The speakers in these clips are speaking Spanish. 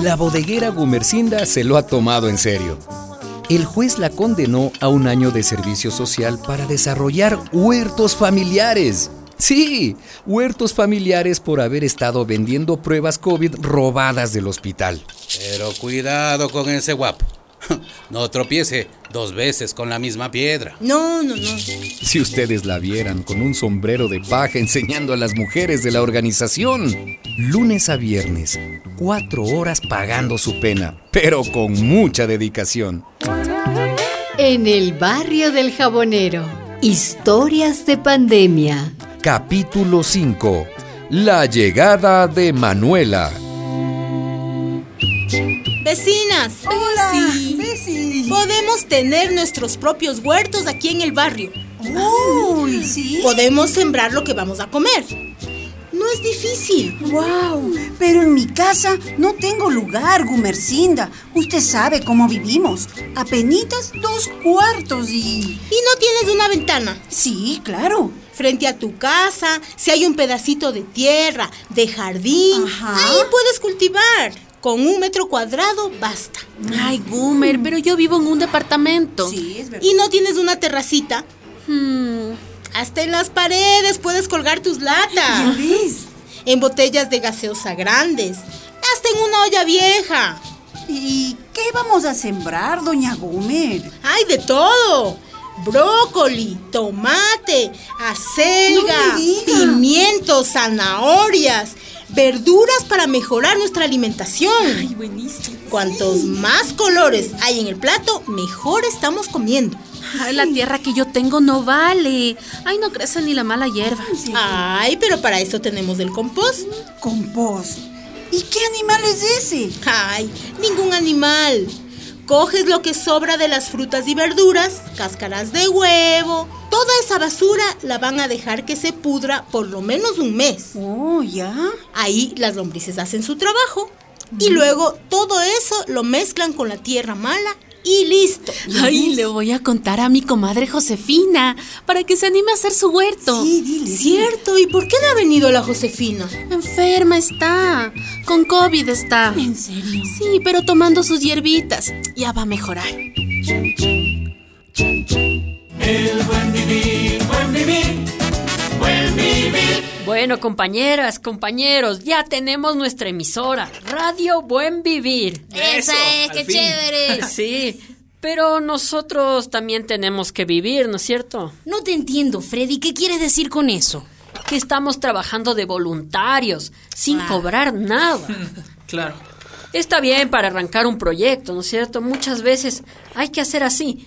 La bodeguera Gumercinda se lo ha tomado en serio. El juez la condenó a un año de servicio social para desarrollar huertos familiares. Sí, huertos familiares por haber estado vendiendo pruebas COVID robadas del hospital. Pero cuidado con ese guapo. No tropiece dos veces con la misma piedra. No, no, no. Si ustedes la vieran con un sombrero de paja enseñando a las mujeres de la organización. Lunes a viernes, cuatro horas pagando su pena, pero con mucha dedicación. En el barrio del jabonero, historias de pandemia. Capítulo 5. La llegada de Manuela. Vecinas. Hola, Sí. Ceci. Podemos tener nuestros propios huertos aquí en el barrio. Uy, sí. Podemos sembrar lo que vamos a comer. No es difícil. Wow, pero en mi casa no tengo lugar, Gumercinda. Usted sabe cómo vivimos. Apenitas dos cuartos y... Y no tienes una ventana. Sí, claro. Frente a tu casa, si hay un pedacito de tierra, de jardín, Ajá. ahí puedes cultivar. Con un metro cuadrado basta. Ay, Goomer, pero yo vivo en un departamento. Sí, es verdad. Y no tienes una terracita. Hmm, Hasta en las paredes puedes colgar tus ¿Ya latas. ves? En botellas de gaseosa grandes. Hasta en una olla vieja. ¿Y qué vamos a sembrar, doña Gumer? ¡Hay de todo! Brócoli, tomate, acelga, No me diga. pimientos, zanahorias, verduras para mejorar nuestra alimentación. ¡Ay, buenísimo! Cuantos más colores hay en el plato, mejor estamos comiendo. ay, la tierra que yo tengo no vale. Ay, no crece ni la mala hierba. ¡Ay, pero para eso tenemos el compost! Compost. ¿Y qué animal es ese? ¡Ay, ningún animal! Coges lo que sobra de las frutas y verduras, cáscaras de huevo, toda esa basura la van a dejar que se pudra por lo menos un mes. Oh, ya. Ahí las lombrices hacen su trabajo y luego todo eso lo mezclan con la tierra mala y listo. Ay, le voy a contar a mi comadre Josefina para que se anime a hacer su huerto. Sí, dile. dile. Cierto, ¿y por qué no ha venido la Josefina? Enferma está. Con COVID está. ¿En serio? Sí, pero tomando sus hierbitas. Ya va a mejorar. Bueno, compañeras, compañeros, ya tenemos nuestra emisora, Radio Buen Vivir. Eso, ¡Esa es! al ¡Qué fin. chévere! Sí, pero nosotros también tenemos que vivir, ¿no es cierto? No te entiendo, Freddy. ¿Qué quieres decir con eso? Que estamos trabajando de voluntarios, sin cobrar nada. Claro. Está bien para arrancar un proyecto, ¿no es cierto? Muchas veces hay que hacer así,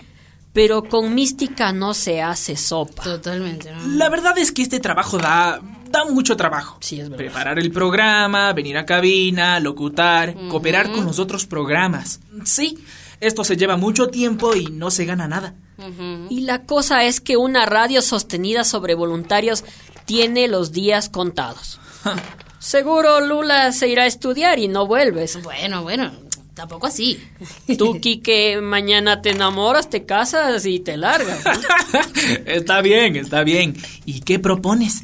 pero con mística no se hace sopa. Totalmente. ¿no? La verdad es que este trabajo da, da mucho trabajo. Sí, es verdad. Preparar el programa, venir a cabina, locutar, cooperar con los otros programas. Sí, esto se lleva mucho tiempo y no se gana nada. Y la cosa es que una radio sostenida sobre voluntarios tiene los días contados. Seguro Lula se irá a estudiar y no vuelves. Bueno, bueno, tampoco así. Tú, Quique, mañana te enamoras, te casas y te largas. ¿no? está bien, está bien. ¿Y qué propones?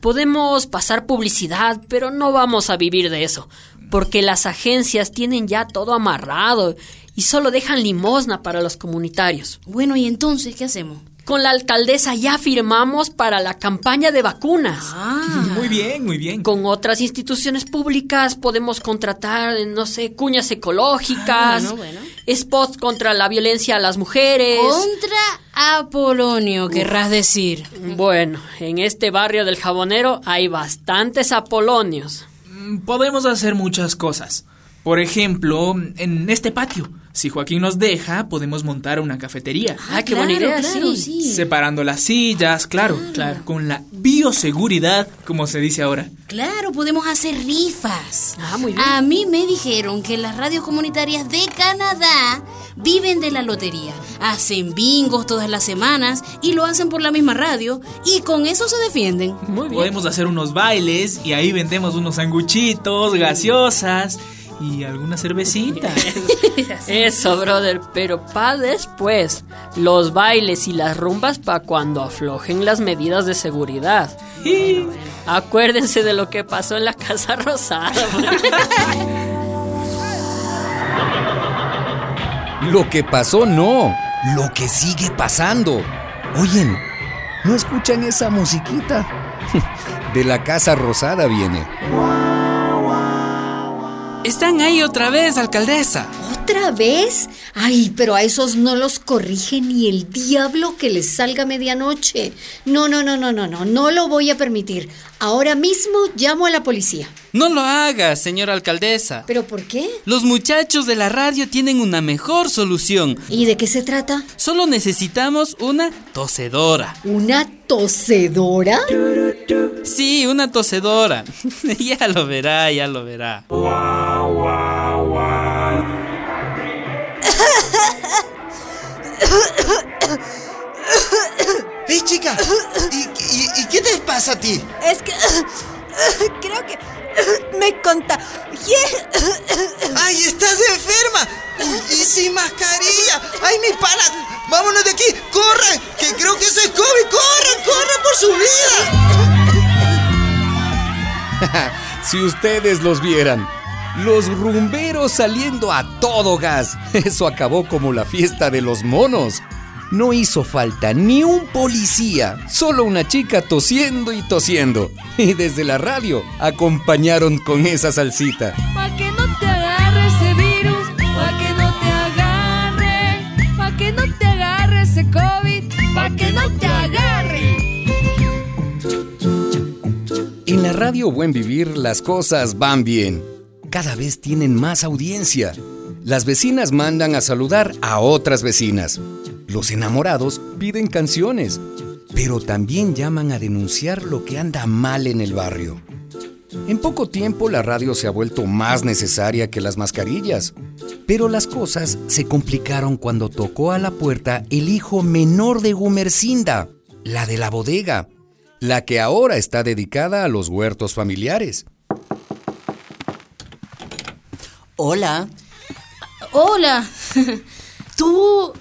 Podemos pasar publicidad, pero no vamos a vivir de eso, porque las agencias tienen ya todo amarrado y solo dejan limosna para los comunitarios. Bueno, ¿y entonces qué hacemos? Con la alcaldesa ya firmamos para la campaña de vacunas. Ah. Muy bien, muy bien. Con otras instituciones públicas podemos contratar, no sé, cuñas ecológicas, Ah, bueno, Oh. bueno. spots contra la violencia a las mujeres. Contra Apolonio, querrás decir. Bueno, en este barrio del jabonero hay bastantes apolonios. Mm, Podemos hacer muchas cosas. Por ejemplo, en este patio, si Joaquín nos deja, podemos montar una cafetería. Ah, qué buena idea, claro, sí. sí. Separando las sillas, claro, claro. Con la bioseguridad, como se dice ahora. Claro, podemos hacer rifas. Ah, muy bien. A mí me dijeron que las radios comunitarias de Canadá viven de la lotería. Hacen bingos todas las semanas y lo hacen por la misma radio y con eso se defienden. Muy bien. Podemos hacer unos bailes y ahí vendemos unos sanguchitos, gaseosas y alguna cervecita. Eso, brother, pero pa' después. Los bailes y las rumbas pa' cuando aflojen las medidas de seguridad. Acuérdense de lo que pasó en la Casa Rosada. Lo que pasó no, lo que sigue pasando. Oyen, ¿no escuchan esa musiquita? De la Casa Rosada viene. Están ahí otra vez, alcaldesa. ¿Otra vez? Ay, pero a esos no los corrige ni el diablo que les salga a medianoche. No, no, no, no, no, no, no lo voy a permitir. Ahora mismo llamo a la policía. No lo haga, señora alcaldesa. ¿Pero por qué? Los muchachos de la radio tienen una mejor solución. ¿Y de qué se trata? Solo necesitamos una tosedora. ¿Una tosedora? Sí, una tosedora. ya lo verá, ya lo verá. ¡Hey, chica! ¿Y, y, y qué te pasa a ti? Es que. Creo que. Me contagié. ¡Ay, estás enferma! ¡Y sin mascarilla! ¡Ay, mi pana! ¡Vámonos de aquí! ¡Corran! ¡Que creo que eso es COVID! ¡Corran, corran por su vida! si ustedes los vieran. Los rumberos saliendo a todo gas. Eso acabó como la fiesta de los monos. No hizo falta ni un policía, solo una chica tosiendo y tosiendo. Y desde la radio acompañaron con esa salsita. Pa' que no te agarre ese virus, pa' que no te agarre, pa' que no te agarre ese COVID, pa' que no te agarre. En la radio Buen Vivir las cosas van bien. Cada vez tienen más audiencia. Las vecinas mandan a saludar a otras vecinas. Los enamorados piden canciones, pero también llaman a denunciar lo que anda mal en el barrio. En poco tiempo la radio se ha vuelto más necesaria que las mascarillas, pero las cosas se complicaron cuando tocó a la puerta el hijo menor de Gumercinda, la de la bodega, la que ahora está dedicada a los huertos familiares. Hola. Hola. Tú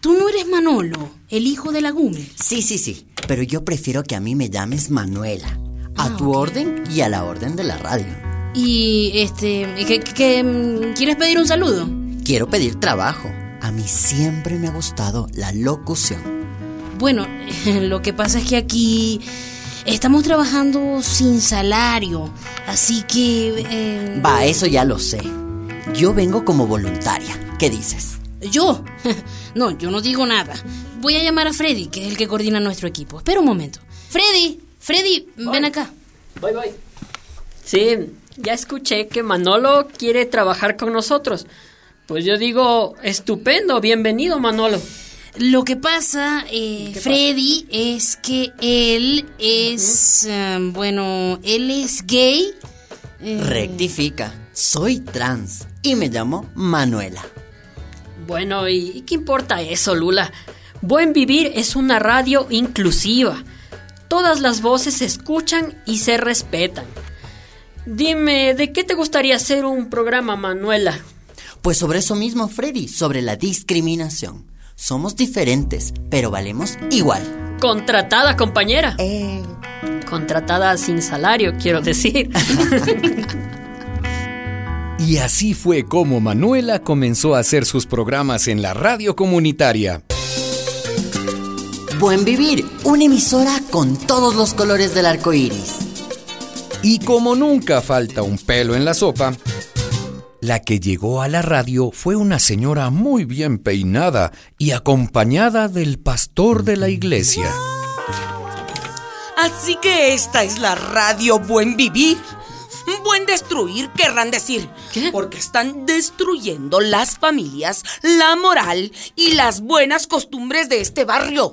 Tú no eres Manolo, el hijo de la Gume. Sí, sí, sí. Pero yo prefiero que a mí me llames Manuela. A ah, tu okay. orden y a la orden de la radio. Y este. ¿qué, ¿qué, quieres pedir un saludo? Quiero pedir trabajo. A mí siempre me ha gustado la locución. Bueno, lo que pasa es que aquí. Estamos trabajando sin salario, así que... Eh... Va, eso ya lo sé. Yo vengo como voluntaria. ¿Qué dices? ¿Yo? No, yo no digo nada. Voy a llamar a Freddy, que es el que coordina nuestro equipo. Espera un momento. Freddy, Freddy, voy. ven acá. Voy, voy. Sí, ya escuché que Manolo quiere trabajar con nosotros. Pues yo digo, estupendo, bienvenido Manolo. Lo que pasa, eh, Freddy, pasa? es que él es, ¿Mm? uh, bueno, él es gay. Eh... Rectifica, soy trans y me llamo Manuela. Bueno, ¿y qué importa eso, Lula? Buen Vivir es una radio inclusiva. Todas las voces se escuchan y se respetan. Dime, ¿de qué te gustaría hacer un programa, Manuela? Pues sobre eso mismo, Freddy, sobre la discriminación. Somos diferentes, pero valemos igual. Contratada, compañera. Eh... Contratada sin salario, quiero decir. Y así fue como Manuela comenzó a hacer sus programas en la radio comunitaria. Buen Vivir, una emisora con todos los colores del arco iris. Y como nunca falta un pelo en la sopa, la que llegó a la radio fue una señora muy bien peinada y acompañada del pastor de la iglesia. Así que esta es la radio Buen Vivir buen destruir, querrán decir. ¿Qué? Porque están destruyendo las familias, la moral y las buenas costumbres de este barrio.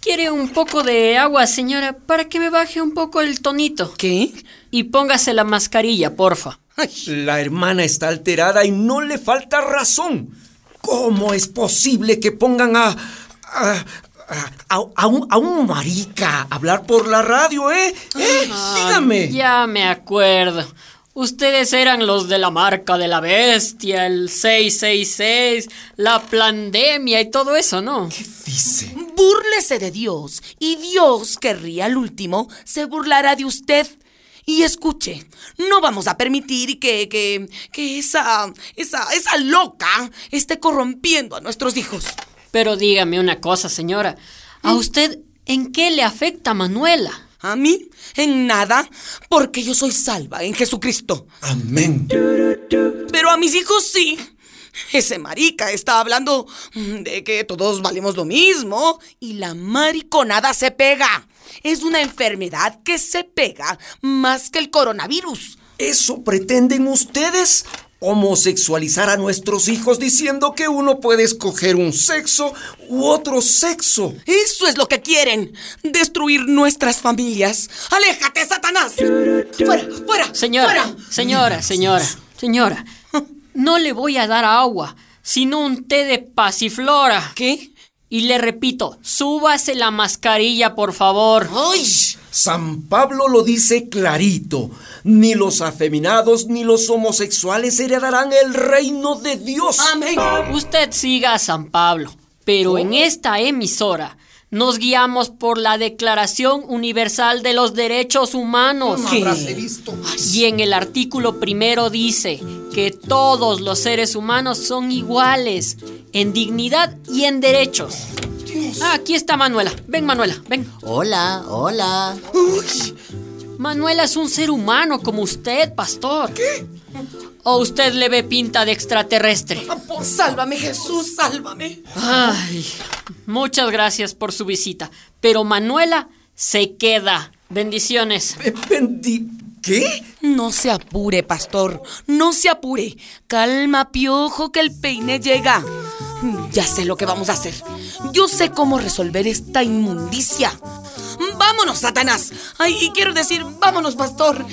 ¿Quiere un poco de agua, señora, para que me baje un poco el tonito? ¿Qué? Y póngase la mascarilla, porfa. Ay, la hermana está alterada y no le falta razón. ¿Cómo es posible que pongan a... a a, a, un, a, un, marica hablar por la radio, ¿eh? ¿Eh? Ah, Dígame. Ya me acuerdo. Ustedes eran los de la marca de la bestia, el 666, la pandemia y todo eso, ¿no? ¿Qué dice? Búrlese de Dios y Dios, que ría al último, se burlará de usted. Y escuche, no vamos a permitir que, que, que esa, esa, esa loca esté corrompiendo a nuestros hijos. Pero dígame una cosa, señora. ¿A usted en qué le afecta Manuela? ¿A mí? En nada, porque yo soy salva en Jesucristo. Amén. Pero a mis hijos sí. Ese marica está hablando mm, de que todos valemos lo mismo y la mariconada se pega. Es una enfermedad que se pega más que el coronavirus. ¿Eso pretenden ustedes? Homosexualizar a nuestros hijos diciendo que uno puede escoger un sexo u otro sexo. Eso es lo que quieren. Destruir nuestras familias. ¡Aléjate, Satanás! ¡Fuera, fuera! Señora, ¡Fuera! señora, señora, señora. No le voy a dar agua, sino un té de pasiflora. ¿Qué? Y le repito, súbase la mascarilla, por favor. San Pablo lo dice clarito. Ni los afeminados ni los homosexuales heredarán el reino de Dios. Amén. Usted siga a San Pablo, pero en esta emisora nos guiamos por la Declaración Universal de los Derechos Humanos. Y en el artículo primero dice que todos los seres humanos son iguales en dignidad y en derechos. Ah, aquí está Manuela. Ven, Manuela, ven. Hola, hola. Manuela es un ser humano como usted, pastor. ¿Qué? ¿O usted le ve pinta de extraterrestre? Por- Ah, pues, Sálvame, Jesús, sálvame. Ay, muchas gracias por su visita, pero Manuela se queda. Bendiciones. ¿Qué? No se apure, pastor. No se apure. Calma, piojo, que el peine llega. Ya sé lo que vamos a hacer. Yo sé cómo resolver esta inmundicia. Vámonos, Satanás. Ay, y quiero decir, vámonos, pastor.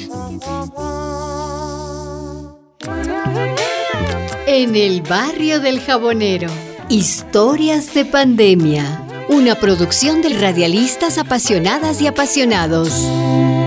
En el barrio del jabonero, historias de pandemia, una producción de radialistas apasionadas y apasionados.